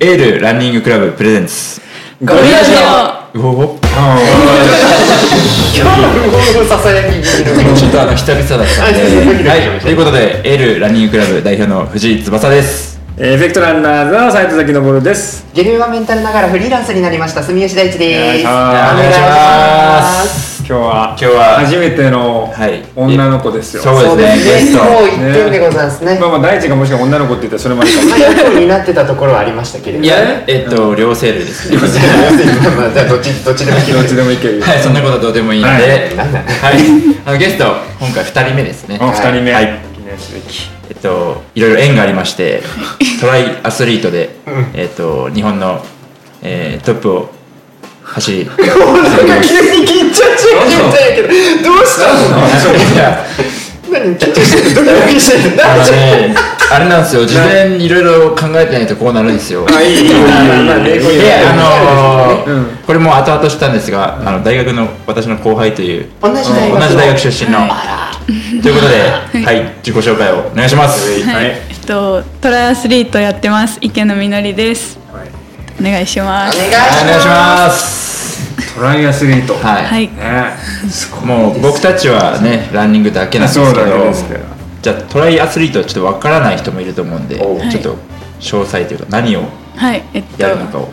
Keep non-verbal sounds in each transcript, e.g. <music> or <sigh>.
エールランニングクラブプレゼンツゴリラジオうお今日のささやきにちょっとあの久々だったんでははいということでエールランニングクラブ代表の藤井翼ですエフェクトランナーズの斉藤崎昇です。ゲリラメンタルながらフリーランスになりました住吉大地でおす願いします今日は今日は初めてのはい女の子ですよ。そうですねゲストそうですねもう一点でございますねまあまあ大地がもしか女の子って言ったらそれまでかも。まあ一になってたところはありましたけれどいやえっと両生類ですねまあじゃあどっちどっちでもいいどっちでもいけるよ。はいそんなことはどうでもいいのでははいいあのゲスト今回2人目ですねあ二人目。はい記念すべき。えっと、いろいろ縁がありましてトライアスリートで、えっと、日本の、えートップを走 <laughs> り急に緊張してるみたいやけどどうしたい <laughs> やの何緊張してるドキドキしてるあ大の丈ねあれなんですよ事前にいろいろ考えてないとこうなるんですよあいいいいいいいいいいでいい。あのーうんこれも後々知ったんですがあの大学の私の後輩という夫同じ大同学じ大学出身の、ということで、はい、自己紹介をお願いします、はいえっとトライアスリートやってます池野みのりですお願いしますおはいお願願いいししまますトライアスリート。はい、はいね。もう僕たちはねランニングだけなんですけそうだけですけどどじゃあトライアスリートはちょっとわからない人もいると思うんでちおょうっと詳細というか何をはいえっやるのかとを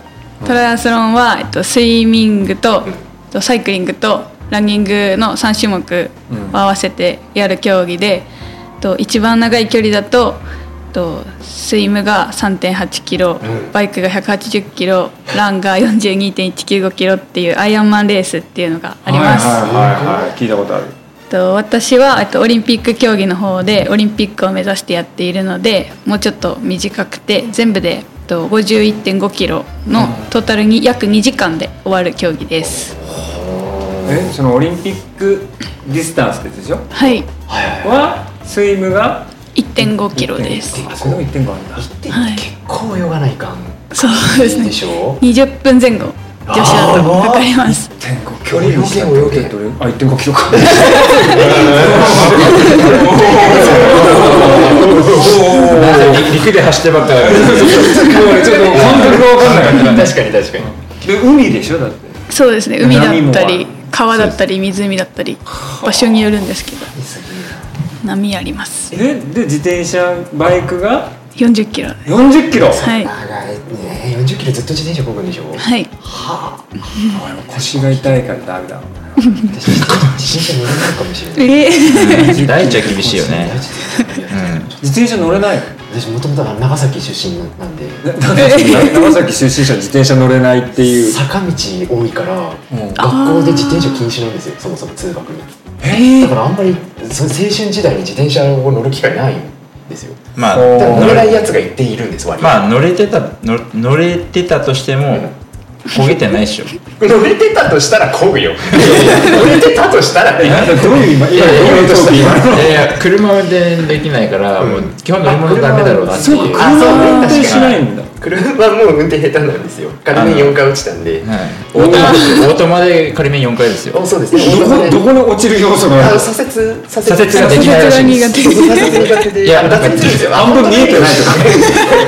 トライアスロンは、えっと、スイミングと、えっとサイクリングとランニングの3種目を合わせてやる競技で、えっと一番長い距離だと、えっと、スイムが3.8キロ、バイクが180キロランが42.195キロっていうアイアンマンレースっていうのがあります。はいはいはいはい。聞いたことある。えっと私はえっとオリンピック競技の方でオリンピックを目指してやっているのでもうちょっと短くて全部でえっと51.5キロのトータルに約2時間で終わる競技です。えそのオリンピックディスタンスってやつでしょ？はい、はスイムが。 1.5キロです。あそれでも一点があるんだ。すってはい結構泳がないかんそうですでね。しょ20分前後女子だとかかります。点五距離にしたら泳げ泳げどれあ一点五キロか。陸で走ってばっか <laughs> だからちょっと感覚が分かんなかったうん確かに確かにで海でしょだってそうですね。海だった波りも川だったり湖だったり場所によるんですけど波あります。でで自転車バイクが40キロ。は40キロ、い長いね40キロずっと自転車こぐんでしょはい。腰が痛いからダメだ私自転車乗れないかもしれないえー大地は厳しい <laughs> よね自転車乗れないの私もともと長崎出身なんでななんで長崎出身者自転車乗れないっていう坂道多いからうん学校で自転車禁止なんですよそもそも通学にだからあんまりそ青春時代に自転車を乗る機会ないんですよまあおだーから乗乗れないれやつが一定いるんです割と、まあ乗れてた乗乗れてたとしても焦げてないでしょ乗れてたとしたらこ <laughs> ぐよ乗れてたとしたらねなんだどういう今今いやいやどういうトーク今いやいや車運転できないからもう基本乗り物ダメだろうなってそいううかあそう車運転確かにしないんだ車はもう運転下手なんですよ完全に4回落ちたんではいオートマオートマで仮面4回ですよおそうですねどこどこに落ちる要素がああるの左折左左折ができないらしいですそうそう左折苦手でいや脱線するんですよ半分見えてないとか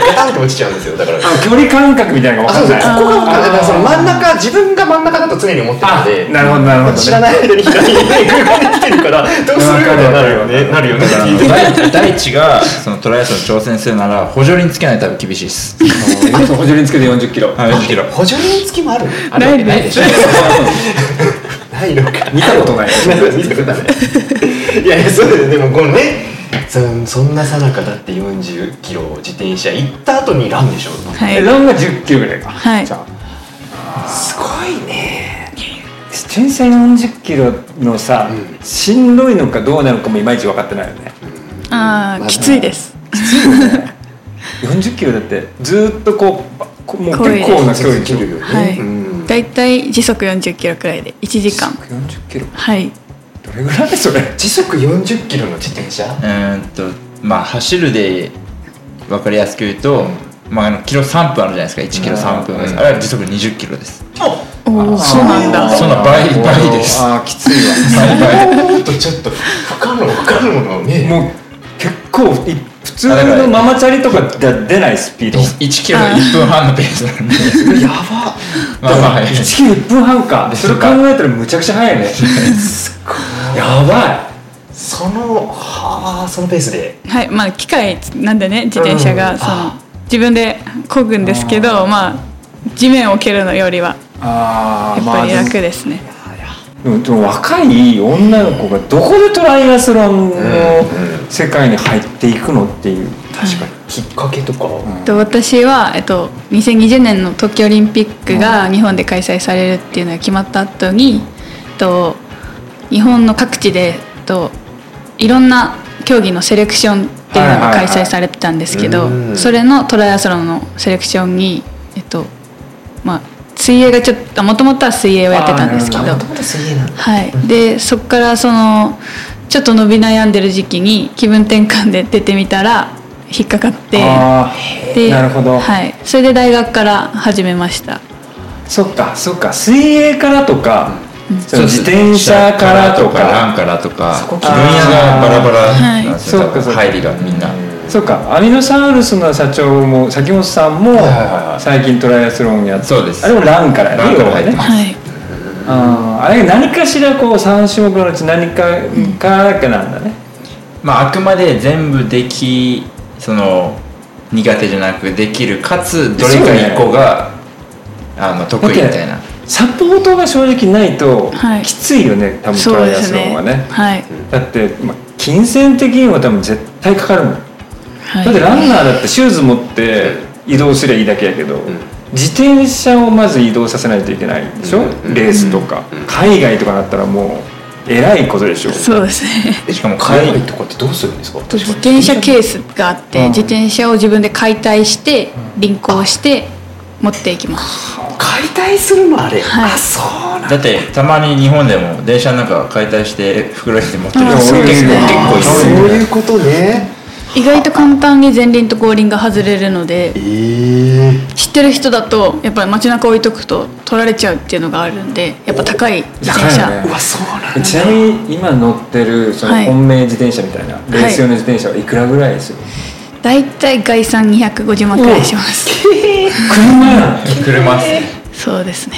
ガタンと落ちちゃうんですよだからあ距離感覚みたいなのがあそう分そかうんここないが分かんないだからその真ん中自分が真ん中だと常に思ってたんでなるほどなるほど、ね、知らない間に左にね車で来てるからどうするみたいになるよねなるよねなるほど大大地がそのトライアスロンに挑戦するなら補助輪つけないと多分厳しいです。あそう補助輪つけて40キロはい、40キロ。補助輪付きもあるのあるわけないでしょ。ないのか見たことない <laughs> 見たことないいやいやそうですでもこのねそそんなさなかだって40キロ自転車行った後にランでしょ <laughs> はえい。ランが10キロぐらいかはいじゃあすごいね自転車40キロのさ、うしんどいのかどうなのかもいまいち分かってないよねああきついです。 40キロだってずーっとこうばこもうこいで結構な距離切るよねはいうん。だいたい時速40キロくらいで1時間。 40キロはい。どれぐらいそれ時速40キロの自転車うーんとまあ走るで分かりやすく言うと、まああのキロ3分あるじゃないですか。1キロ3分。うんあれは時速20キロです。おお。そうなんだ。そんな倍倍です。あーきついわ倍倍。ちょっとちょっと不可能不可能のねもう結構一普通のママチャリとかで出ないスピード1キロ1分半のペースなんでやばまあまあ早い1キロ1分半かそれ考えたらむちゃくちゃ速い <laughs> ねやばそのはあそのペースではいまあ機械なんでね自転車うがんその自分で漕ぐんですけどまあ地面を蹴るのよりはあやっぱり楽ですね、でもでも若い女の子がどこでトライアスロンの世界に入っていくのっていう確かにきっかけとか、えっと私は、えっと、2020年の東京オリンピックが日本で開催されるっていうのが決まった後に、えっと日本の各地で、えっと、いろんな競技のセレクションっていうのはがいはい開はい催されてたんですけど、うんそれのトライアスロンのセレクションに、えっとまあ、水泳がちょっともともとは水泳をやってたんですけあどーなるほどと水泳なんだはい、でそこからそのちょっと伸び悩んでる時期に気分転換で出てみたら引っかかって。あであなるほど、はい、それで大学から始めましたそっかそっか水泳からとか、そのそう自転車からとかランからとかそこ分野気にがバラバラなんですよ、はい多分そうかそうか入りがみんなそっかアミノサウルスの社長も崎本さんもいはいはい最近トライアスロンやってそうですあれもランからやランから入ってねますはいあーあれ何かしらこう3種目のうち何かからかなんだね、まああくまで全部できその苦手じゃなくできるかつどれか一個が、あの得意みたいなサポートが正直ないとはいきついよね、多分トそうラでイアすスロンねはねはい、だって、まあ、金銭的には多分絶対かかるもん、はい、だってランナーだってシューズ持って移動すりゃいいだけやけど、ん自転車をまず移動させないといけないでしょ、うんレースとか、海外とかなったらもうえらいことでしょそうですねしかも海海外とかってどうするんですか自転車ケースがあって、自転車を自分で解体して輪行して持っていきます解体するのあれ、はいあそうなんだだってたまに日本でも電車なんか解体して袋に入れて持ってるあ人そう結構ですね結構いそうるいうことね意外と簡単に前輪と後輪が外れるのでええ知ってる人だとやっぱり街中置いとくと取られちゃうっていうのがあるんでやっぱ高い自転車、高いよー、ねうわそうなんだちなみに今乗ってるそのはい本命自転車みたいな、レース用の自転車はいくらぐらいですよ、だいたい概算250万くらいします車やん車っすねそうですね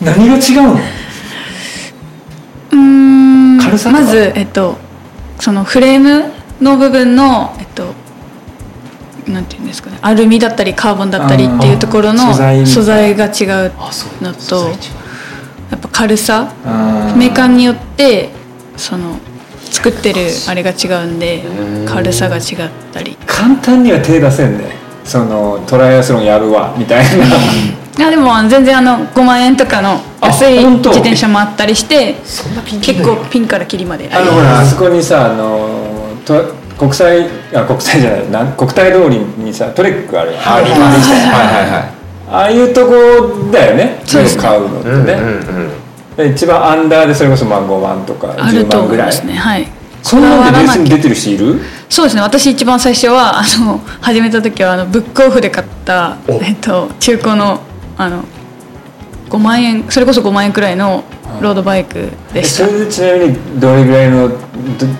何が違うのうーん軽さとかまず、えっと、そのフレームの部分の、えっと、なんていうんですかねアルミだったりカーボンだったりっていうところあーの素材みたい素材が違うあそうの素と材違うやっぱ軽さあーメーカーによってその作ってるあれが違うんでうん軽さが違ったり簡単には手出せんねそのトライアスロンやるわみたいなあでも全然あの5万円とかの安いあ本自当転車もあったりしてそんなピンキリ結なの構ピンからキリまであありのまほすらあそこにさあのと国際あ国際じゃないなん国体通りにさトレックあるやんありましたはいはいはいああいうとこだよねそうですね買うのってうんね、うんうんで一番アンダーでそれこそまあ5万とかある10と万思ぐいらまいすねはいそんなんでレースに出てる人いるそうですね私一番最初はあの始めた時はあのブックオフで買った、おえっと、中古のあの5万円それこそ5万円くらいのロードバイクでえしそた、れでちなみにどれぐらいのど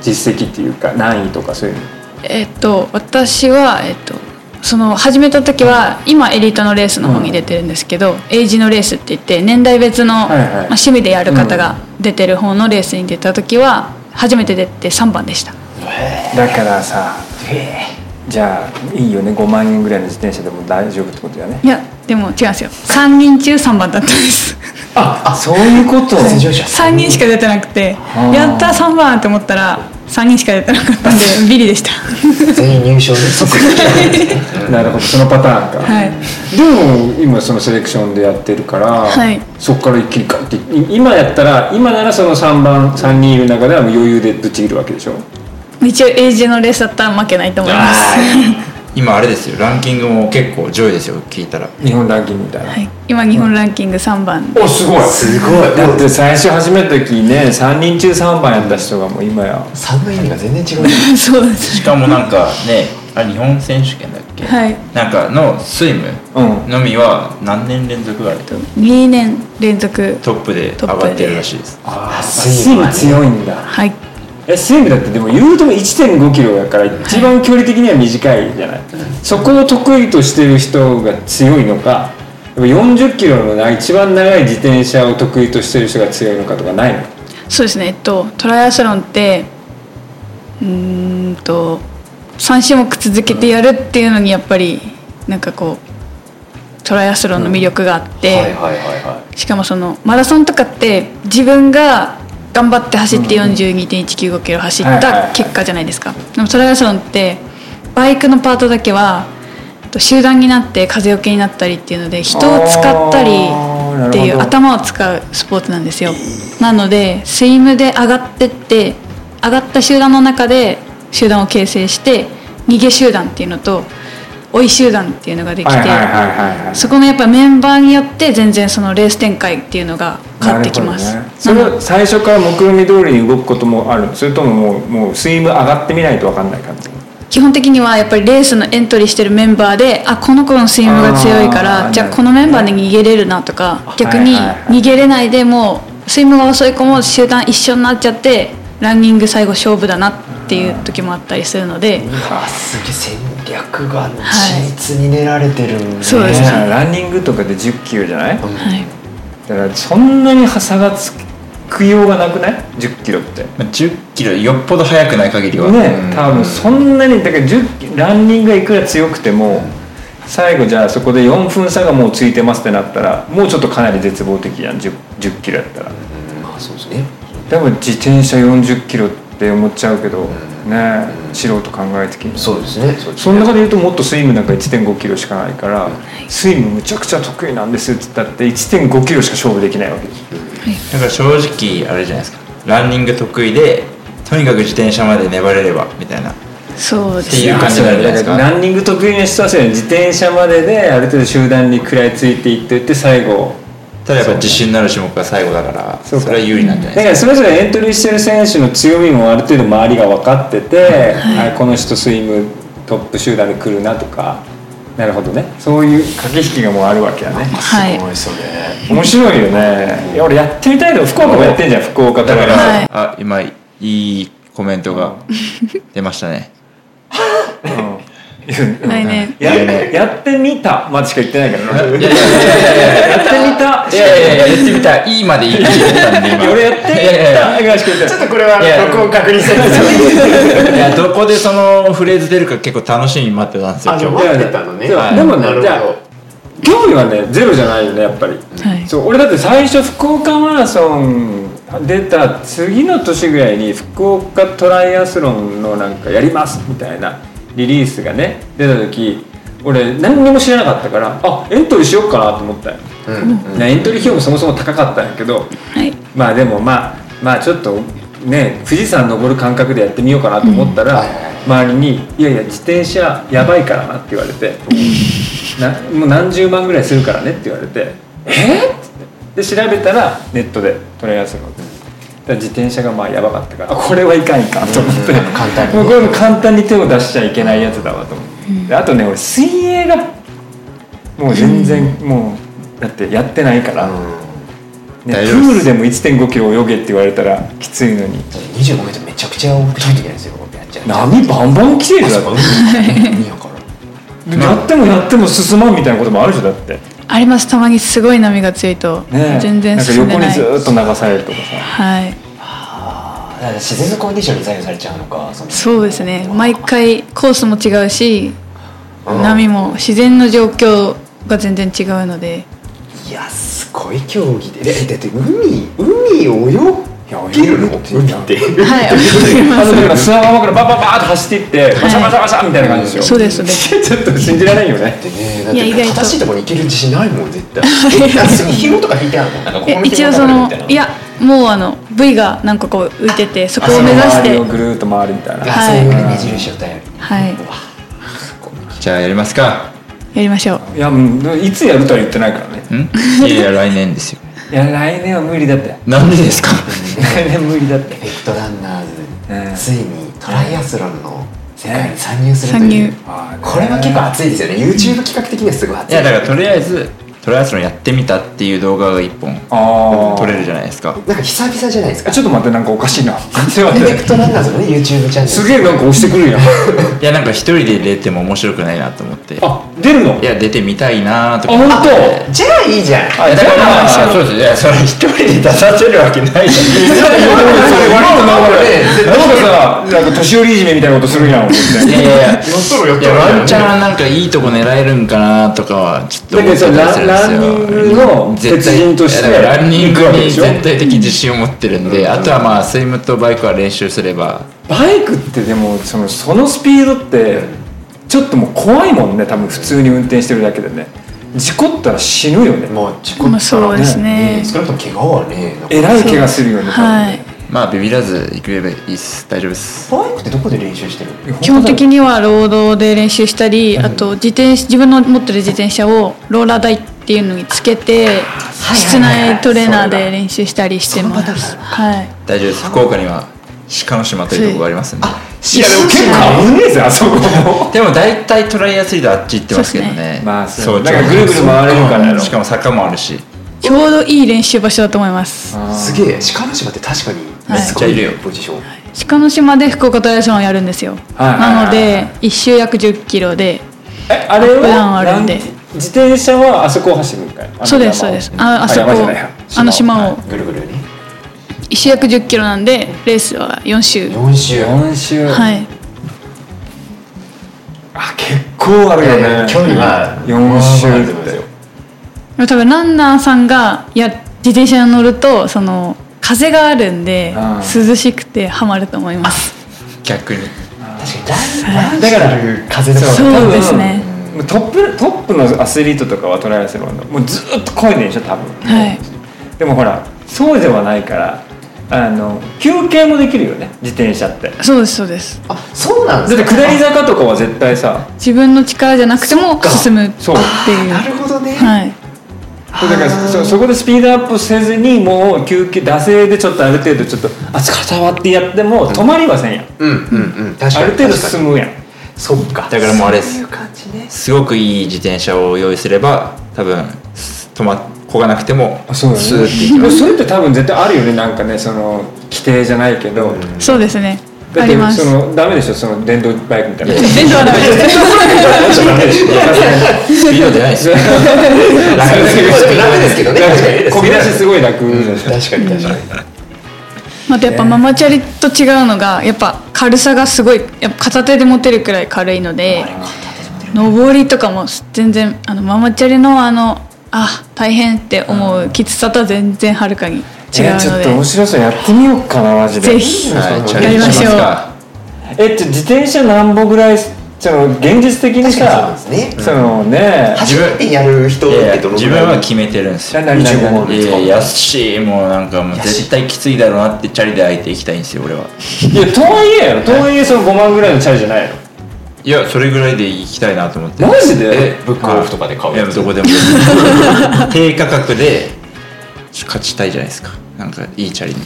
実績っていうか何位とかそういうのえっと私は、えっと、その始めた時は今エリートのレースの方に出てるんですけど、エイジのレースって言って年代別の、はいはいまあ、趣味でやる方が出てる方のレースに出た時は初めて出て3番でしただからさじゃあいいよね5万円ぐらいの自転車でも大丈夫ってことだよねいやでも違うんですよ3人中3番だったんですああそういうこと出場者3人しか出てなくてやった3番って思ったら3人しか出てなかっ <laughs> たんでビリでした全員入賞です <laughs> なるほどそのパターンか、はいでも今そのセレクションでやってるから、はいそこから一気にガッてい今やったら今ならその3番3人いる中ではもう余裕でぶっちぎるわけでしょ一応エイジのレースだったら負けないと思います今あれですよランキングも結構上位ですよ聞いたら日本ランキングみたいな、はい、今日本ランキング3番 <laughs> おすごいすごいだって最初始めた時ね3人中3番やった人がもう今や3の意味が全然違うねそうですしかもなんかねあ日本選手権だっけ、はいなんかのスイムうんのみは何年連続あれと2年連続トップで上がってるらしいですあスイム強いんだはいえスイムだってでも言うとも1 5キロやから一番距離的には短いじゃない、そこを得意としてる人が強いのか4 0キロのな一番長い自転車を得意としてる人が強いのかとかないのそうですねえっとトライアスロンってうーんと3種目続けてやるっていうのにやっぱりなんかこうトライアスロンの魅力があって、はいはいはいはしかもそのマラソンとかって自分が頑張って走って42.195キロ走っはいはいはたい結果じゃないですかでもトライアスロンってバイクのパートだけはえっと集団になって風よけになったりっていうので人を使ったりあーっていなるうほど頭を使うスポーツなんですよなのでスイムで上がってって上がった集団の中で集団を形成して逃げ集団っていうのと追い集団っていうのができて、はいはいはいはいはいそこのやっぱメンバーによって全然そのレース展開っていうのが変わってきます、なるほどねそれなのは最初から目論見通りに動くこともあるそれとももうもうスイム上がってみないと分かんない感じ基本的にはやっぱりレースのエントリーしてるメンバーであこの子のスイムが強いかあらーじゃあこのメンバーで逃げれるなとか逆にはいはいはい逃げれないでもうスイムが遅い子も集団一緒になっちゃってランニング最後勝負だなっていう時もあったりするのでいすげえ戦略が緻密に練られてるんね、そうですねねランニングとかで1 0キロじゃないうんはいだからそんなに差がつくようがなくない1 0キロってまあ、10キロよっぽど速くない限りはね多分そそんなにだから10ランニングがいくら強くても最後じゃあそこで4分差がもうついてますってなったらもうちょっとかなり絶望的じゃん1 0 10キロやったらまあそうですね多分自転車4 0キロって思っちゃうけどね素人考え的にそうですねそうですねその中で言うともっとスイムなんか1 5キロしかないからスイムむちゃくちゃ得意なんですよって言ったって1 5キロしか勝負できないわけですだから正直あれじゃないですかランニング得意でとにかく自転車まで粘れればみたいなそうですっていう感じになるじゃないですかだらランニング得意な人はそうやね自転車までである程度集団に食らいついていってって最後ただやっぱ自信のある種目が最後だからそそうかれは有利なんじゃだないかですらそれぞれエントリーしてる選手の強みもある程度周りが分かってて、あこの人スイムトップ集団で来るなとかなるほどねそういう駆け引きがもうあるわけやねはいすごいそれ面白いよねいや俺やってみたいと福岡もやってんじゃん福か岡とだかから、はいあ今いいコメント <laughs> が出ましたね来年ややってみたまでしか言ってないからねやってみいたやいやいや言ってみた <laughs> いいまでいいって言ったんで今俺やっていやいやいやみたがしか言ってないちょっとこれはいや録音確認せずにいやどこでそのフレーズ出るか結構楽しみに待ってたんですよあ今の日待ってたのねそうはいでもなるねほじゃあど興味はねゼロじゃないよねやっぱり、はいそう俺だって最初福岡マラソン出た次の年ぐらいに福岡トライアスロンのなんかやりますみたいなリリースがね出た時俺何にも知らなかったからあエントリーしよっかなと思ったよ、うんねエントリー費用もそもそも高かったんやけどはいまあでもまあまあちょっとね富士山登る感覚でやってみようかなと思ったら、周りに「いやいや自転車やばいからな」って言われて「なもう何十万ぐらいするからね」って言われて「えっ?」ってで調べたらネットでトライアスロンだから自転車がまあやばかったからあこれはいかんいかんと思って簡単にもうこれも簡単に手を出しちゃいけないやつだわと思って、であとね俺水泳がもう全然、もうだってやってないから、ね、プ大丈夫ですールでも1 5キロ泳げって言われたらきついのに二十五メートルめちゃくちゃ重くないといけないですよやっちゃう波バンバン来てるじゃん海やからやってもやっても進まんみたいなこともあるじゃんだって、ありますたまにすごい波が強いとね、全然進めなんなかい横にずっと流されるとかさはいあーだから自然のコンディションに左右されちゃうのかそのそうですね毎回コースも違うしうん波も自然の状況が全然違うのでいやすごい競技でえだって海海を泳げるのいや泳げるって海ってはいあのだから砂浜からバババーって走っていってバシャバシャバシャみたいな感 <laughs> じでしょ、そうですそうですちょっと信じられないよねでねだっいや意て外と正しいところに行ける自信ないもん絶 <laughs> 対あそこに紐とか引いてあるのなんかこえの一紐応がそあのるみたいいなやもうあの V が何個こう浮いててそこそのを目指し周りてをぐるーっと回るみたいな、あそういう目印を頼りにはいじゃあやりますかやりましょういやもういつやるとは言ってないからねん <laughs> いやいや来年ですよいや来年は無理だってなんでですか来年無理だってペットランナうんーズついにトライアスロンの世界に参入すると参い入うこれは結構熱いですよね YouTube 企画的にはすごい熱いいやだからとりあえずトライアスロンやってみたっていう動画が1本ああ撮れるじゃないですかなんか久々じゃないですかちょっと待ってなんかおかしいな <laughs> ちょっと待エフェっクてトなんだぞね YouTube チャンネルすげえなんか押してくるやんいやなんか一人で出ても面白くないなと思っていあ出るのあや出てみたいなとか本当じゃあいいじゃんいやだからまあそうですいやそれ一人で出させるわけないじゃんなんかさなんか年寄りいじめみたいなことするやん思っていやいやいやとるいやワンチャンなんかいいとこ狙えるんかなとかはちょっとだけ思どってさたりラするンんですよランニングの絶鉄対人としいやてだからランニング行くわけでにしょ絶対的自信を持ってるんで、あとはまあスイムとバイクは練習すればバイクってでもそのそのスピードってちょっともう怖いもんね多分普通に運転してるだけでね事故ったら死ぬよねもう事故まあったらそうですね少なくとも怪我はねなんかえらい怪我するよね多分はいねまあビビらず行けばいいです大丈夫ですバイクってどこで練習してるのいや基本的には労働で練習したり、あと自転自分の持ってる自転車をローラー台っていうのにつけて、室内トレーナーで練習したりしてます。はい。大丈夫です福岡には鹿の島というところがありますんでいやでも結構危ねえぜあそこもでも大体トライアスリートはあっち行ってますけどそうねまあそううだからぐるぐる回れるからやろしかも坂もあるしちょうどいい練習場所だと思います。すげえ鹿の島って確かにはいすごいよポジション鹿の島で福岡トライアスロンをやるんですよ。はいはいはいなので一周約10キロで、えあれ普段ははあるんでラン自転車はあそこを走るんかいあのそうですそ山をうです。ああそこ山じゃないやあの島をぐるぐるね一周約10キロなんでレースは4周。 4周4周はい。あ結構あるよね距離は4周まあまあまあまってあまあまあまあまあまあまあまあまあまあでも多分ランナーさんがや自転車に乗るとその風があるんであ涼しくてハマると思います逆に確かにだから風とかそうですね多分トップトップのアスリートとかはトライアスロンのもうずっと声でしょ多分、はいでもほらそうではないからあの休憩もできるよね自転車ってだそうですそうですあそうなんってですか下り坂とかは絶対さ自分の力じゃなくても進むっていうそうなるほどねはいだからそそこでスピードアップせずにもう休憩惰性でちょっとある程度ちょっとあ疲れたわってやっても止まりはせんやんうんうんうん確かあるに程度確かに進むやんそっかだからもうあれですそういう感じねすごくいい自転車を用意すれば多分止まこがなくてもスーッていきでまもすそれって多分絶対あるよねなんかねその規定じゃないけど、だってそうですねありますそ <laughs> のダメでしょその電動バイクみたいな電動はダメですスピード出ないですよ楽 <laughs> ですけどね確かにねこぎ出しすごい楽でしょ確かに確かにまたやっぱママチャリと違うのがやっぱ軽さがすごいやっぱ片手で持てるくらい軽いので上りとかも全然あのママチャリのあのあ大変って思うきつさとは全然はるかに違うえーちょのっでと面白そうやってみようかなマジでぜひはいチャやレンりまジししまょすうかえっと自転車なんぼぐらいその現実的にさ確かにそうですねそのね初めてやる人っいやていやどの自ぐ分らいは決めてるんですよな何何25何いやいや安しいもうなんかもう絶対きついだろうなってチャリで相手行きたいんですよ俺はいやとはいえやろとはいえその5万ぐらいのチャリじゃないのいやそれぐらいで行きたいなと思ってマジでブックオフとかで買いうややつどこでも低価格で勝ちたいじゃないですかなんかいいチャリに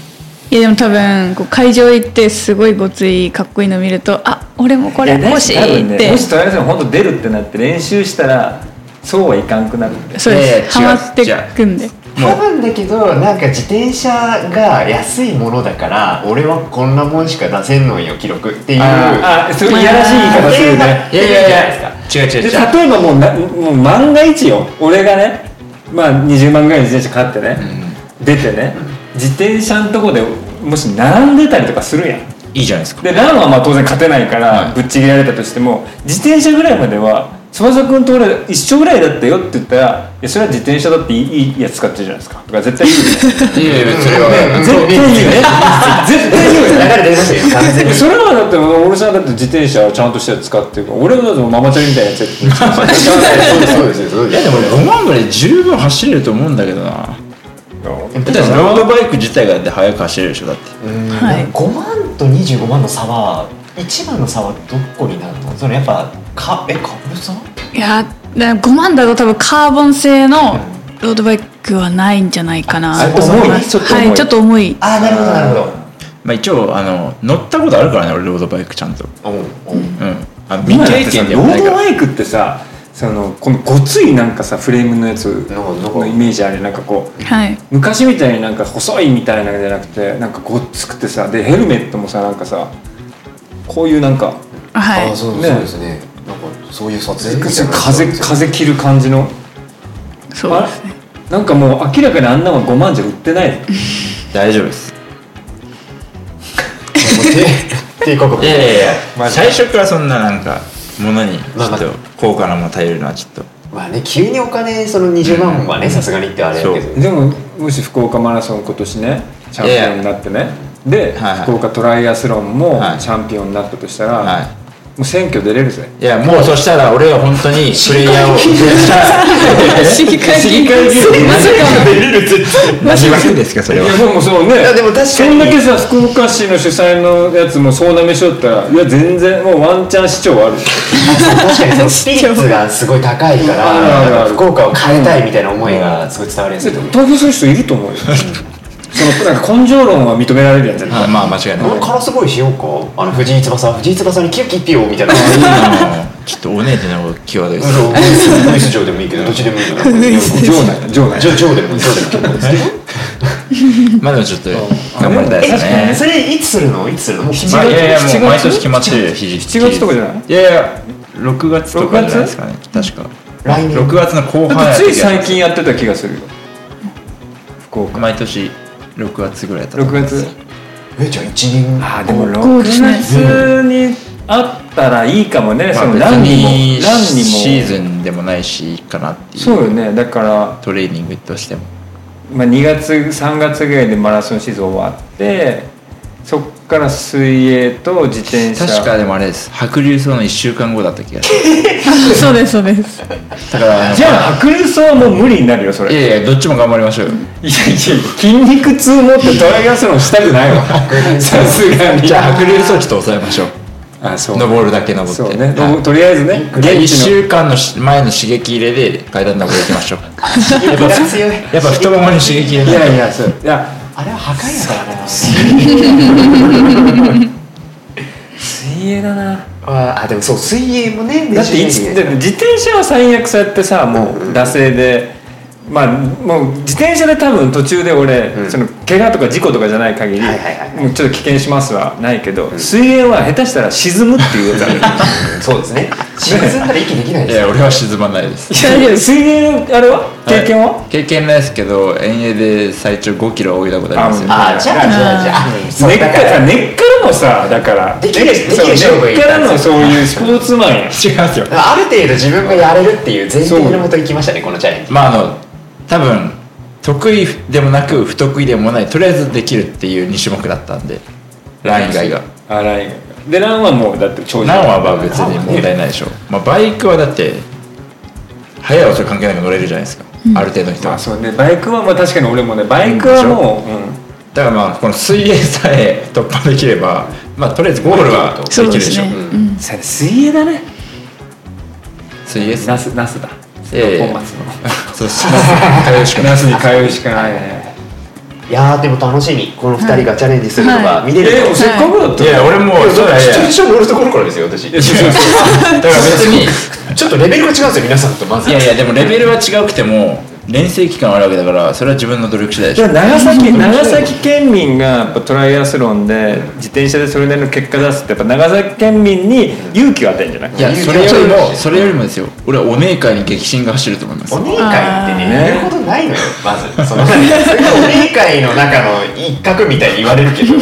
いやでも多分こう会場行ってすごいごついかっこいいの見るとあ俺もこれいや欲し多分いっねてもしとりあえず本当出るってなって練習したらそうはいかんくなるんでそうですいやいや違うハマってくんでも多う分だけどなんか自転車が安いものだから俺はこんなもんしか出せんのよ記録っていうああそれいやらしい言い方するねいやいやいや違う違うで違う例えばもうなもう万が一よ俺がねまあ20万ぐらいの自転車買ってね、出てね自転車のとこでもし並んでたりとかするやんいいじゃないですかでランはまあ当然勝てないからぶっちぎられたとしても自転車ぐらいまでは翼君と俺一緒ぐらいだったよって言ったら「いやそれは自転車だっていいいいやつ使ってるじゃないですか」とか絶対言うよ <laughs> ねいやいやそれは絶対言うよね <laughs> 絶対言うよね流れ出ましたよ完全にそれはだって俺さんだって自転車をちゃんとしたやつ使ってるから俺はだってママチャリみたいなやつやってるそうですそういやですでも5万ぐらい十分走れると思うんだけどなだってロードバイク自体がだって速く走れるでしょだってはい5万と25万の差は一番の差はどこになるのそれやっぱかえかぶさんいやだ5万だと多分カーボン製のロードバイクはないんじゃないかなあと思い重いますちょっと重いはいちょっと重いああなるほどなるほまあ一応あの乗ったことあるからね俺ロードバイクちゃんとどうんううんんあの今未だっ経てさ験でロはなーいドからバイクってさそのこのごついなんかさフレームのやつなんかなんかのイメージあれなんかこうはい昔みたいになんか細いみたいなのじゃなくてなんかごっつくてさでヘルメットもさなんかさこういうなんかあはいああそう,、ねそうですねなんかそういう撮影みたいな風 <laughs> 風切る感じのそうですねあなんかもう明らかにあんなの5万じゃ売ってない大丈夫です帝国 <laughs> いやいやいや、マジで最初からそんななんかものにちょまあまっあと高価なもの頼るのはちょっとまあね急にお金その20万はねさすがにってあれだけどでももし福岡マラソン今年ねチャンピオンになってねで、はいはい福岡トライアスロンもはいチャンピオンになったとしたら、はいもう選挙出れるぜいやもうそしたら俺は本当に <laughs> プレイヤーを市議会議員まさかの <laughs> 何枠ですかそいれはやでもそうねやでも確かにそんだけさ福岡市の主催のやつも総なめしよったらいや全然もうワンチャン市長ある確かにそのスピリッツがすごい高いからうん <laughs> あるあるある福岡を変えたいみたいな思いがすごい伝わりやすいと思う投票する人いると思うよそのなんか根性論は認められるやんじゃないあまあ間違いない俺からすごいしようかあの藤井翼藤井翼に清き一票みたいなあのちょっとお姉ちゃんのこと際どいですそうウイスウイス嬢でもいいけどどっちでもいいから場内場内 <laughs> ジョジョーでもジョーでも結構ですまあでもちょっと頑張りたいですえねそれいつするのいつするのもう7まあいやいやもう毎年7決まってる日7月とかじゃないいやいや6月とかじゃないですかね確か来年6月の後半なんやかったつ気いがします最近やってた気がするよ福岡毎年6月ぐらいだったと6思うんで月すえじゃあ1年あでもこ6うですね月にあったらいいかもね、そまあの別ランににもランにもシーズンでもないしいいかなっていうそうよねだから、トレーニングとしてもまあ、2月3月ぐらいでマラソンシーズン終わってそっから水泳と自転車確かでもあれです白竜荘の1週間後だった気がし <laughs> そうですそうですますだからあのじゃあ白竜荘はもう無理になるよそれいいやいややいやどっちも頑張りましょうよ筋肉痛持ってトライアスロンしたくないわさすがにじゃあ白竜荘ちょっと抑えましょうあそう登るだけ登ってそうね、はいとりあえずねで1現地の週間のし前の刺激入れで階段登り行きま <laughs> しょうやっぱ強いやっぱ太ももに刺激入れいないやいやそういやあれは破壊やからな水泳だなああでもそう水泳もねだって一だって自転車は最悪そうやってさもう惰性で、まあもう自転車で多分途中で俺、うんその怪我とか事故とかじゃない限り、はいはいはいはいもうちょっと危険しますはないけど、水泳は下手したら沈むっていうやつ <laughs> あるそうですね沈んだら息できないいですや俺は沈まないですいやいや水泳のあれは経験は、い経験ないですけど遠泳で最長5キロ泳いだことありますよああじゃあじゃあじゃあそう根っかだからら根っからもさだからできるねできるそう勝負根っからのそういうスポーツマンや違いますよある程度自分がやれるっていう前提のもと行きましたねこのチャレンジまああの多分得意でもなく不得意でもないとりあえずできるっていう2種目だったんでラン以外があラインでランはもうだって長時間ランはまあ別に問題ないでしょう、まあ、バイクはだって速い遅い関係なく乗れるじゃないですか、ある程度の人まはあそうねバイクはまあ確かに俺もねバイクはもう、うん、だからまあこの水泳さえ突破できればまあとりあえずゴールはできそうるでですしょね、うん、それ水泳だね水泳っすナスナスだええ本松のそうそう <laughs> 仲良しくなナスに通うしかないねいやーでも楽しみこの二人がチャレンジするのが見れるえでもせっかくだったいや俺もうそうだ視聴ね者乗るところからですよ私いやそうそうそだうから別 <laughs> にちょっとレベルが違うんですよ皆さんとまずいやいやでもレベルは違くても練習期間はあるわけだからそれは自分の努力次第でしでょも長崎長崎県民がやっぱトライアスロンで自転車でそれなりの結果出すってやっぱ長崎県民に勇気を与えるんじゃないいやいやそれよりいやもそれよりもですよ俺はお姉会に激震が走ると思いますお姉会ってねあー言うことないのよまずそのそれがお姉会の中の一角みたいに言われるけど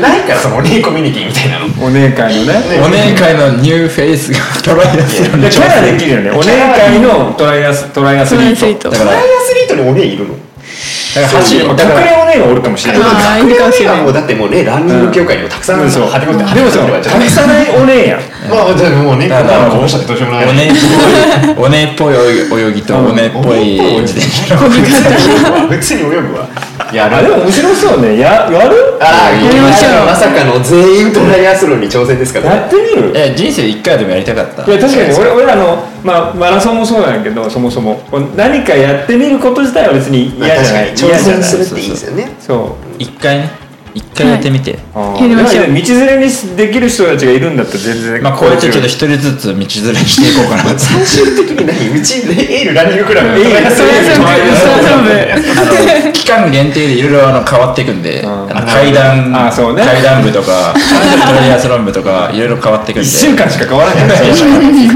ないからそのお姉コミュニティみたいなのお姉会のねお姉会のニューフェイスがトライアスロンでにキャラできるよねお姉会のトライアストライアストラリイアスリーートトだトからライアスリートにお姉いるのだから走る隠だかられお姉がおるかもしれないあー隠れいるかもしれないお姉はもうだってもうねランニング協会にもたくさんうん張そうり込んで張でり込もんでそるうわけじゃない隠さないお姉やんまあじゃあもうねこだからこの人ってどうしようもないお姉っぽいお姉っぽい泳ぎ泳ぎとお姉っぽい自転車の <laughs> 普通に泳ぐわやあでも面白そうねややるあーやりましょういやまさかの全員トライアスロンに挑戦ですからやねってみる <laughs> え人生一回でもやりたかったいや確かに俺俺らの、まあ、マラソンもそうなんやけどそもそもこう何かやってみること自体は別に嫌じゃない確かに挑嫌じゃ戦ないするっていいですよねそ一回ねう一回やってみて、あやりましょう道連れにできる人たちがいるんだったら全然まあこうやってちょっと一人ずつ道連れにしていこうかなって最終的に何うちでエールランニングクラブエールそうそうですですそうですあの期間限定でいろいろあの変わっていくんで、あの階段あそうね階段部とかトライアスロン部とかいろいろ変わっていくん <laughs> 1で週間しか変わらない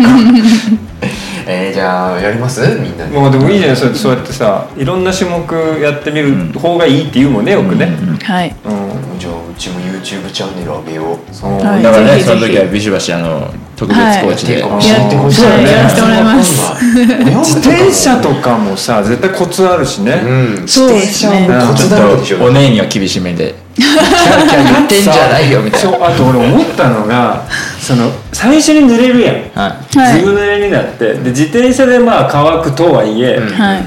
えー、じゃあやりますみんなでもうでもいいじゃないそうそうやってさいろんな種目やってみる方がいいって言うもんねよくねはいうん、じゃあうちも YouTube チャンネル上げようそうはいだからぜねひそぜのひ時はビシバシあの特別コーチで、いやってほしいややらせてもらいます自自転車とかもさ絶対コツあるしね、うんそうですね自転車もコちょツっだらけでしとょお姉には厳しめで <laughs> 「キャーキャー言ってんじゃないよ」みたいそうあと俺思ったのがその最初に濡れるやん、な、ははいずぶ濡れになってで自転車でまあ乾くとはいえ、んはい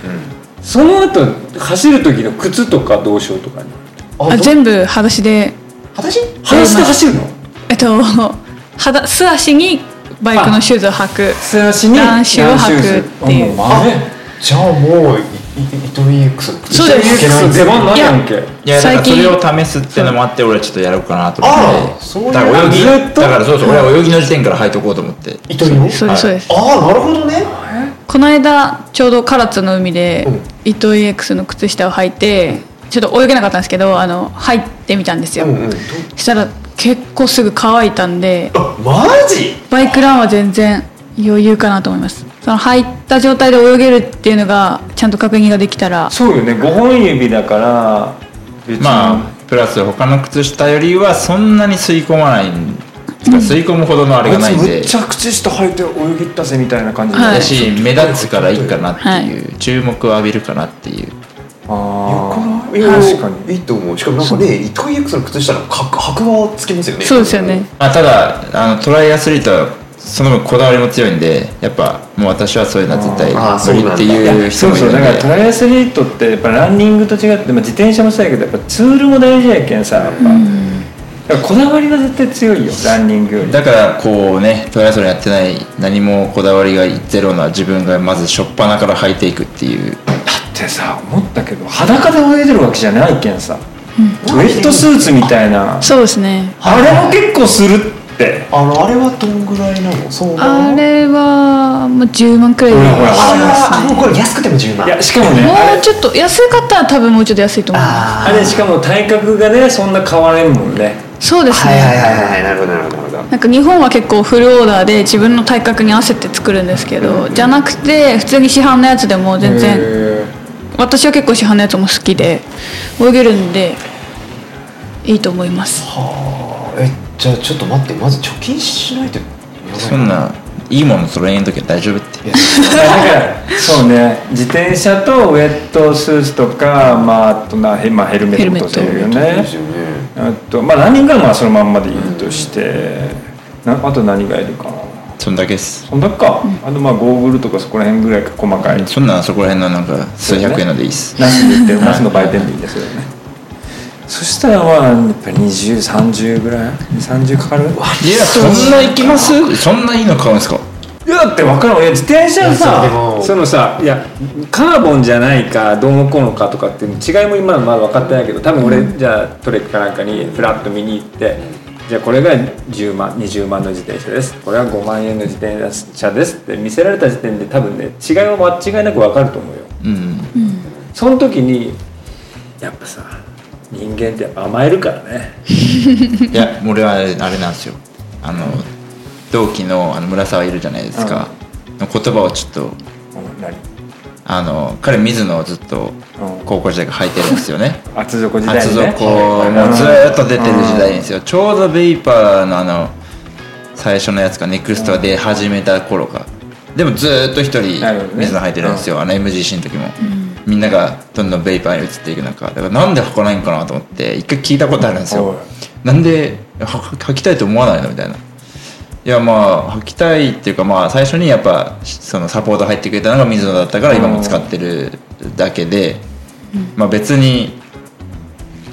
その後走る時の靴とかどうしようとかねあ全部裸足で裸足裸足で走るのえっと肌素足にバイクのシューズを履く素足に男子を履くっていうあもうあれじゃあもういいイトミックスそうですいけないんだ出番ないやんけい、いやだから最そ近れを試すっていうのもあって俺はちょっとやろうかなと思ああっそてういうだから泳ぎずっとだからそうそう俺は泳ぎの時点から履いとこうと思ってイトミをそうですそうですああなるほどねこの間ちょうど唐津の海でうん伊藤 EX の靴下を履いてちょっと泳げなかったんですけどあの入ってみたんですよ、うんうんしたら結構すぐ乾いたんであマジバイクランは全然余裕かなと思いますその入った状態で泳げるっていうのがちゃんと確認ができたらそうよね5本指だから別にまあプラス他の靴下よりはそんなに吸い込まないんですか吸い込むほどのあれこいがなついんむでっちゃ靴下履いて泳ぎったぜみたいな感じで、はだいし目立つからいいかなっていう注目を浴びるかなっていうあこあれいや確かにいいと思うしかもなんかねイトイ X の靴下の白白はつきますよねそうですよねまあただあのトライアスリートはその分こだわりも強いんでやっぱもう私はそういうのは絶対あーあーそうなんだ無理っていう人そうもいるそんうでだからトライアスリートってやっぱランニングと違って、まあ、自転車もそうやけどやっぱツールも大事やけんさやっぱ、だからこだわりは絶対強いよランニングよりだからこうねトライアスロンやってない何もこだわりがゼロな自分がまず初っ端から履いていくっていうってさ思ったけど裸で泳いでるわけじゃないけんさ、ウェットスーツみたいなそうですねあれも結構するってあのあれはどんぐらいなのそうなのあれはもう10万くらいほらほらあーあの頃安くても10万いやしかもねあもうれちょっと安かったら多分もうちょっと安いと思いまああれしかも体格がねそんな変われんもんねすそうですね、はいはいはいはいなるほどなるほどなるほどなんか日本は結構フルオーダーで自分の体格に合わせて作るんですけど、じゃなくて普通に市販のやつでも全然へ私は結構市販のやつも好きで泳げるんでいいと思いますえじゃあちょっと待ってまず貯金しないとやばいそんないいもの揃えん時は大丈夫ってーだからそうね自転車とウェットスーツとかまああとなヘ,、まあ、ヘルメットとかヘよルねですよねあとまあランニングはまあそのまんまでいいとして、なあと何がいるかなそんだけっすそんだけか、あとまあゴーグルとかそこら辺ぐらいか細かいそんなんそこら辺のなんか数百円のでいいっす、ナスで売ってるナスの売店でいいですよねそしたらまあやっぱり2030ぐらい30かかるいやそんな行きますそんないいの買うんですかいやだって分からんいや自転車いやそうでさもそのさいやカーボンじゃないかどうのこうのかとかっていう違いも今まだ分かってないけど多分俺、じゃあトレックかなんかにフラッと見に行ってじゃあこれが10万20万の自転車ですこれは5万円の自転車ですって見せられた時点で多分ね違いは間違いなく分かると思うようんその時にやっぱさ人間ってやっぱ甘えるからねいや俺はあれあれなんですよあの同期のあの村沢いるじゃないですか、の言葉をちょっとうん何あの彼水野をずっとうん高校時代から履いてるんですよね厚底時代ね厚底はいもうずーっと出てる時代ですよちょうどベイパーのあの最初のやつがネクストで始めた頃かでもずーっと一人なるほどね水野履いてるんですよあの MGC の時もみんながどんどんベイパーに移っていく中だからなんで履かないんかなと思って一回聞いたことあるんですおいよなんでは履きたいと思わないのみたいないやまあ履きたいっていうかまあ最初にやっぱそのサポート入ってくれたのが水野だったから今も使ってるだけでまあ別に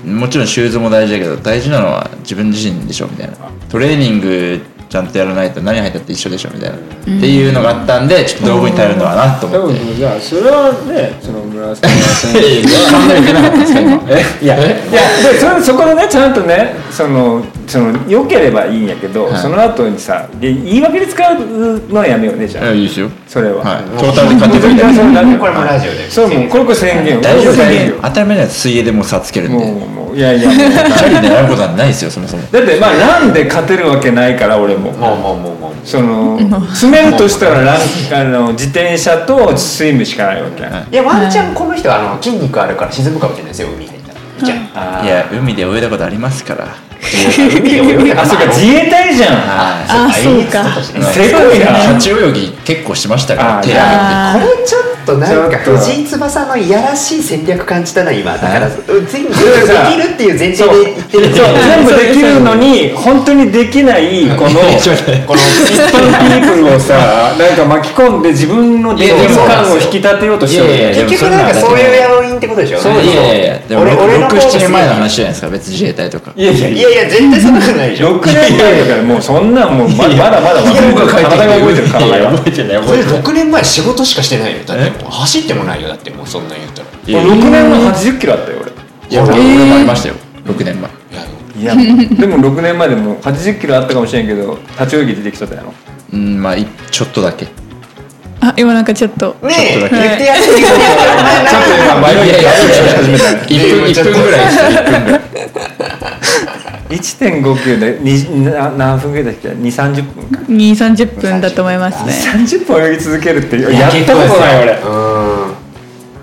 もちろんシューズも大事だけど大事なのは自分自身でしょみたいなトレーニングじちゃんとやらないと何入ったって一緒でしょみたいな、っていうのがあったんでちょっと道具に頼るのはなと多思って、分じゃあそれはねその村瀬いさんや <laughs> いや考えてなかったですか今えいやいやでそれそこでねちゃんとねそのその良ければいいんやけど、はいその後にさで言い訳で使うのはやめようねじゃいあ、やいいですよそれは、はいトータルで買ってくれたそれなんでこれもラジオでそうもうこれこれ宣言大丈夫これこれですよ当たり前じゃない水泳でもう差つけるんでもうもういやいやもうチャリでやることはないですよそもそもだってまあランで勝てるわけないから俺ももうもうもうもうその詰めるとしたらランあの自転車とスイムしかないわけや、はいいやワンチャンこの人はあの筋肉あるから沈むかもしれないですよ海入ったらじゃあいや海で泳いだことありますからあ海で泳いあそうか自衛隊じゃんはあそうかいせこいな立ち泳ぎ結構しましたからあ手洗っあこれちょっとなんかちょっと藤井翼のいやらしい戦略感じたな今だから全部できるっていう前提そうで <laughs> 言ってるんでそう全部できるのに本当にできないこのちょっこの <laughs> 一般ピープルを <laughs> さなんか巻き込んで自分のディズ感を引き立てようとしてるいやいやいや結局なんかそういうやろいんってことでしょていやいやいやでも俺俺の方が67年前の話じゃないですか別に自衛隊とかいやいやいやいや絶対そんなことないでしょ6年前だからもうそんなんもうままだまだまだ体が動いてる体が覚えてないそ覚れえてない6年前仕事しかしてないよだってもう走ってもないよだってもうそんなん言ったらいやいや俺6年前8 0キロあったよ俺いや俺俺もありましたよ6年前いやいやでも6年前でも8 0キロあったかもしれんけど立ち泳ぎ出てきとったやろうんまあいちょっとだけあ今なんかちょっとねちえょ言っっとだけてやってるちょっとよ今いや迷いいやいがや始めた1分一分ぐらいですよ一分ぐらい 1.5kg でにな何分ぐらいだっけ2 3 0分か2 3 0分だと思いますね30分泳ぎ続けるってやったことない俺うん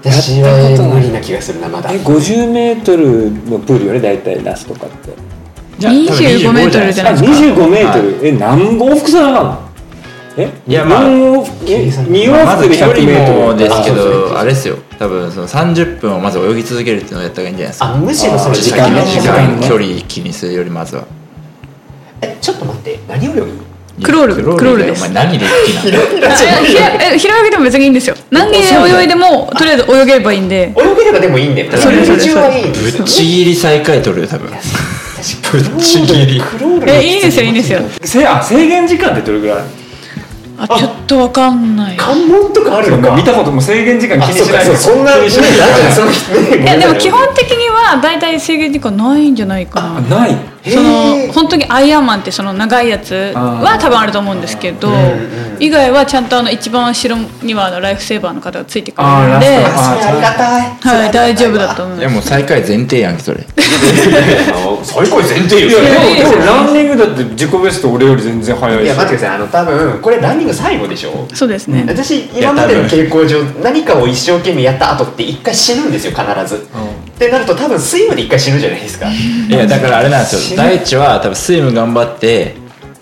私は無理な気がするなまだえ50メートルのプールよね大体ラストかってじゃあ多分25メートルじゃあないですか25メートル、え何往復さなあかんのえいやまあ何往復え2往ま復ずで距離100メートもルですけあそうどあれですよ多分その30分をまず泳ぎ続けるっていうのをやった方がいいんじゃないですかあむしろその時時間間ねね時時間間距離気にするよりまずはえちょっと待って何泳ぎクロールクロールだよでおす前何で好きなのあいやひらえ平泳ぎでも別にいいんですよ何で泳いでもとりあえず泳げればいいんで泳げればでもいいんだよそれそれそれ泳ぎはいいんだよぶっちぎり最下位取るよ多分ぶっちぎりクロールえいいですよいいですよせあ制限時間ってどれぐらいあちょっとわかんない関門とかあるのか見たことも制限時間気あにそうしなかいそうそんな気にしないねだってそのねいやでも基本的には大体制限時間ないんじゃないかなあないそへのー本当にアイアンマンってその長いやつは多分あると思うんですけど以外はちゃんとあの一番後ろにはあのライフセーバーの方がついてくるあーので、ラストはあそれありがたいい、大丈夫だと思いいまやもう最下位前提やんけそれ最高位前提いよやそでもでれもランニングだって自己ベスト俺より全然速いしいや待ってくださいあの多分これランニング最後でしょすそうですね私今までの傾向上何かを一生懸命やった後って一回死ぬんですよ必ず、ってなると多分スイムで一回死ぬじゃないですかいやだからあれなんですよ第一は多分スイム頑張って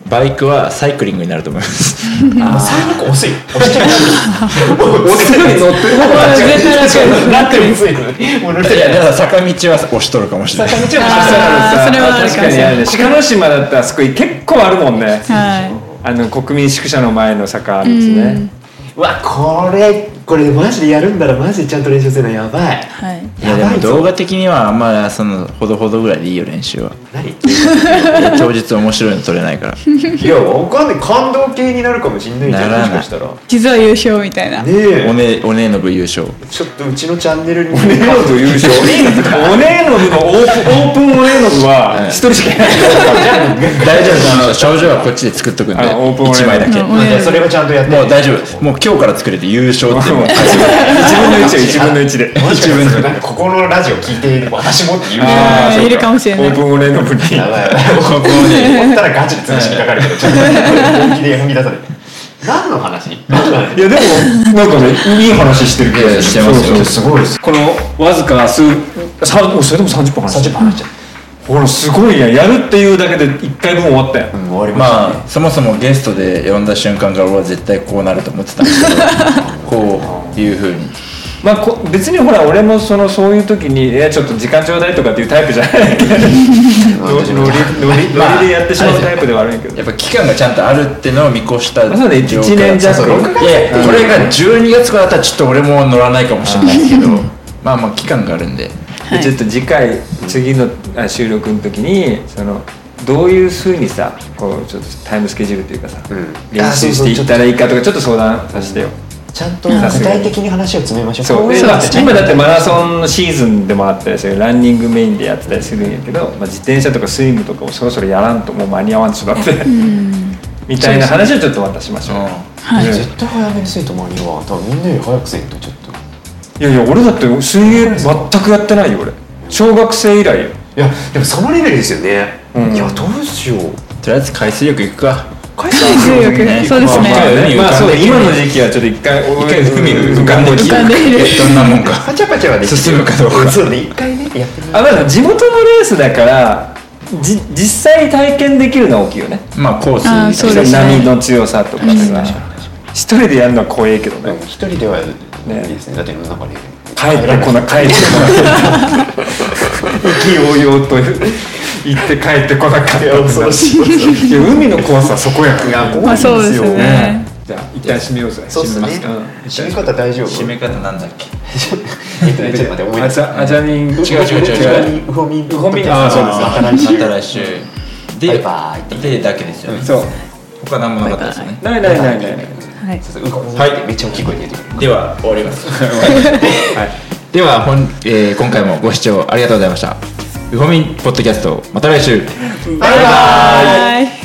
バイクはサイクリングになると思いますもう最悪押すよ押しちゃ <laughs> うもう押せない乗ってる方もうが絶対絶対楽 <laughs> なってもスイムもう乗れ <laughs> いてやないだから坂道は押しとるかもしれない坂道はあーあそれはある確かかもしにれなある鹿の島だったらあそこ結構あるもんねはあの国民宿舎の前の坂ですねうわこれこれマジでやるんだらマジでちゃんと練習するのやばいい、はい、いやでばもいぞ動画的にはあんまそのほどほどぐらいでいいよ練習 <laughs> は <laughs> 何いや当日面白いの撮れないからいやわかんない感動系になるかもしんないじゃならんないもしかしたらね実は優勝みたいな、おえねおねの部優勝ちょっとうちのチャンネルにオネノブ優勝オネノブのオープンオープンオネノブは一人しかいない大丈夫ですあの症状はこっちで作っとくんであのオープンオレンジ1枚だけうんもオレンジそれはちゃんとやってう大丈夫もう今日から作れて優勝ってもう1分の1よ1分の1で自分のなんかここのラジオ聞いて私もって言うあーそういるかもしれないオープンオネノブに <laughs> やばいやばいここに持ったらガチで潰しにかかるけどちょっと本気で踏み出されて何の話何の話いやでもなんかねいい話してるけいやどしてますよすごいですこのわずか数さんおそれでも30分話してる30分話しちゃっほらすごいやんやるっていうだけで1回分終わったやんたうん終わりましたまねあそもそもゲストで呼んだ瞬間から俺は絶対こうなると思ってたんですけどこういうふうにまあ、こ別にほら俺もそのそういう時に「いやちょっと時間ちょうだい」とかっていうタイプじゃないけどノリノリノリノリでやってしまうタイプではあるんやけどやっぱ期間がちゃんとあるってのを見越したまあそうね一一年弱そうそう六ヶ月いやいやこれが12月からだったらちょっと俺も乗らないかもしれないけどまあまあ期間があるんではいちょっと次回次のあ収録の時にそのどういうふうにさこうちょっとタイムスケジュールというかさ、うん練習していったらいいかとかちょっと相談させてよ、ちゃんと具体的に話を詰めましょうそうで、そうまあですね今だってマラソンのシーズンでもあったりするランニングメインでやってたりするんやけど、まあ、自転車とかスイムとかをそろそろやらんともう間に合わんでしょだって、みたいな話をちょっとまたしましょう、うんはいうん <laughs> 絶対早めにスイート間に合わん多分みんなより早くせんとちょっいとやいや俺だって水泳全くやってないよ俺小学生以来よいやでもそのレベルですよね、うんいやどうしようとりあえず海水浴行くか海海水浴ねそうですまあね海浮かんでまあそうだ今の時期はちょっと一回一回海浮かんできき浮かんでいるどんなもんか <laughs> パチャパチャはできる進むかどうかそうね一回ねやってみよあまだ地元のレースだからじ実際体験できるのは大きいよねまあコースあーそうですね波の強さとかさ、うん一人でやるのは怖いけどうねうん一人では無理ですねだってなんかね帰ってこな帰ってこな意気揚々と行って帰ってこなかったいや恐ろしいや海の怖さはそこやからいやまあそうですねねじゃあ一旦締めようぜそうっすね締めま締め方大丈夫締め方なんだっけえっとねちょっと待って思い出あすじゃあじゃあ <laughs> に違う違う違う違ううウホミンウホミンあーそうですまたま来週た来週バイでバでだけですよねそう他何もなかったですねないないないないないはいそうそうウホミンってめっちゃ大きい声で言ってくるでは終わります <laughs> はいでは本、えー今回もご視聴ありがとうございましたウホミンポッドキャストまた来週バイバイ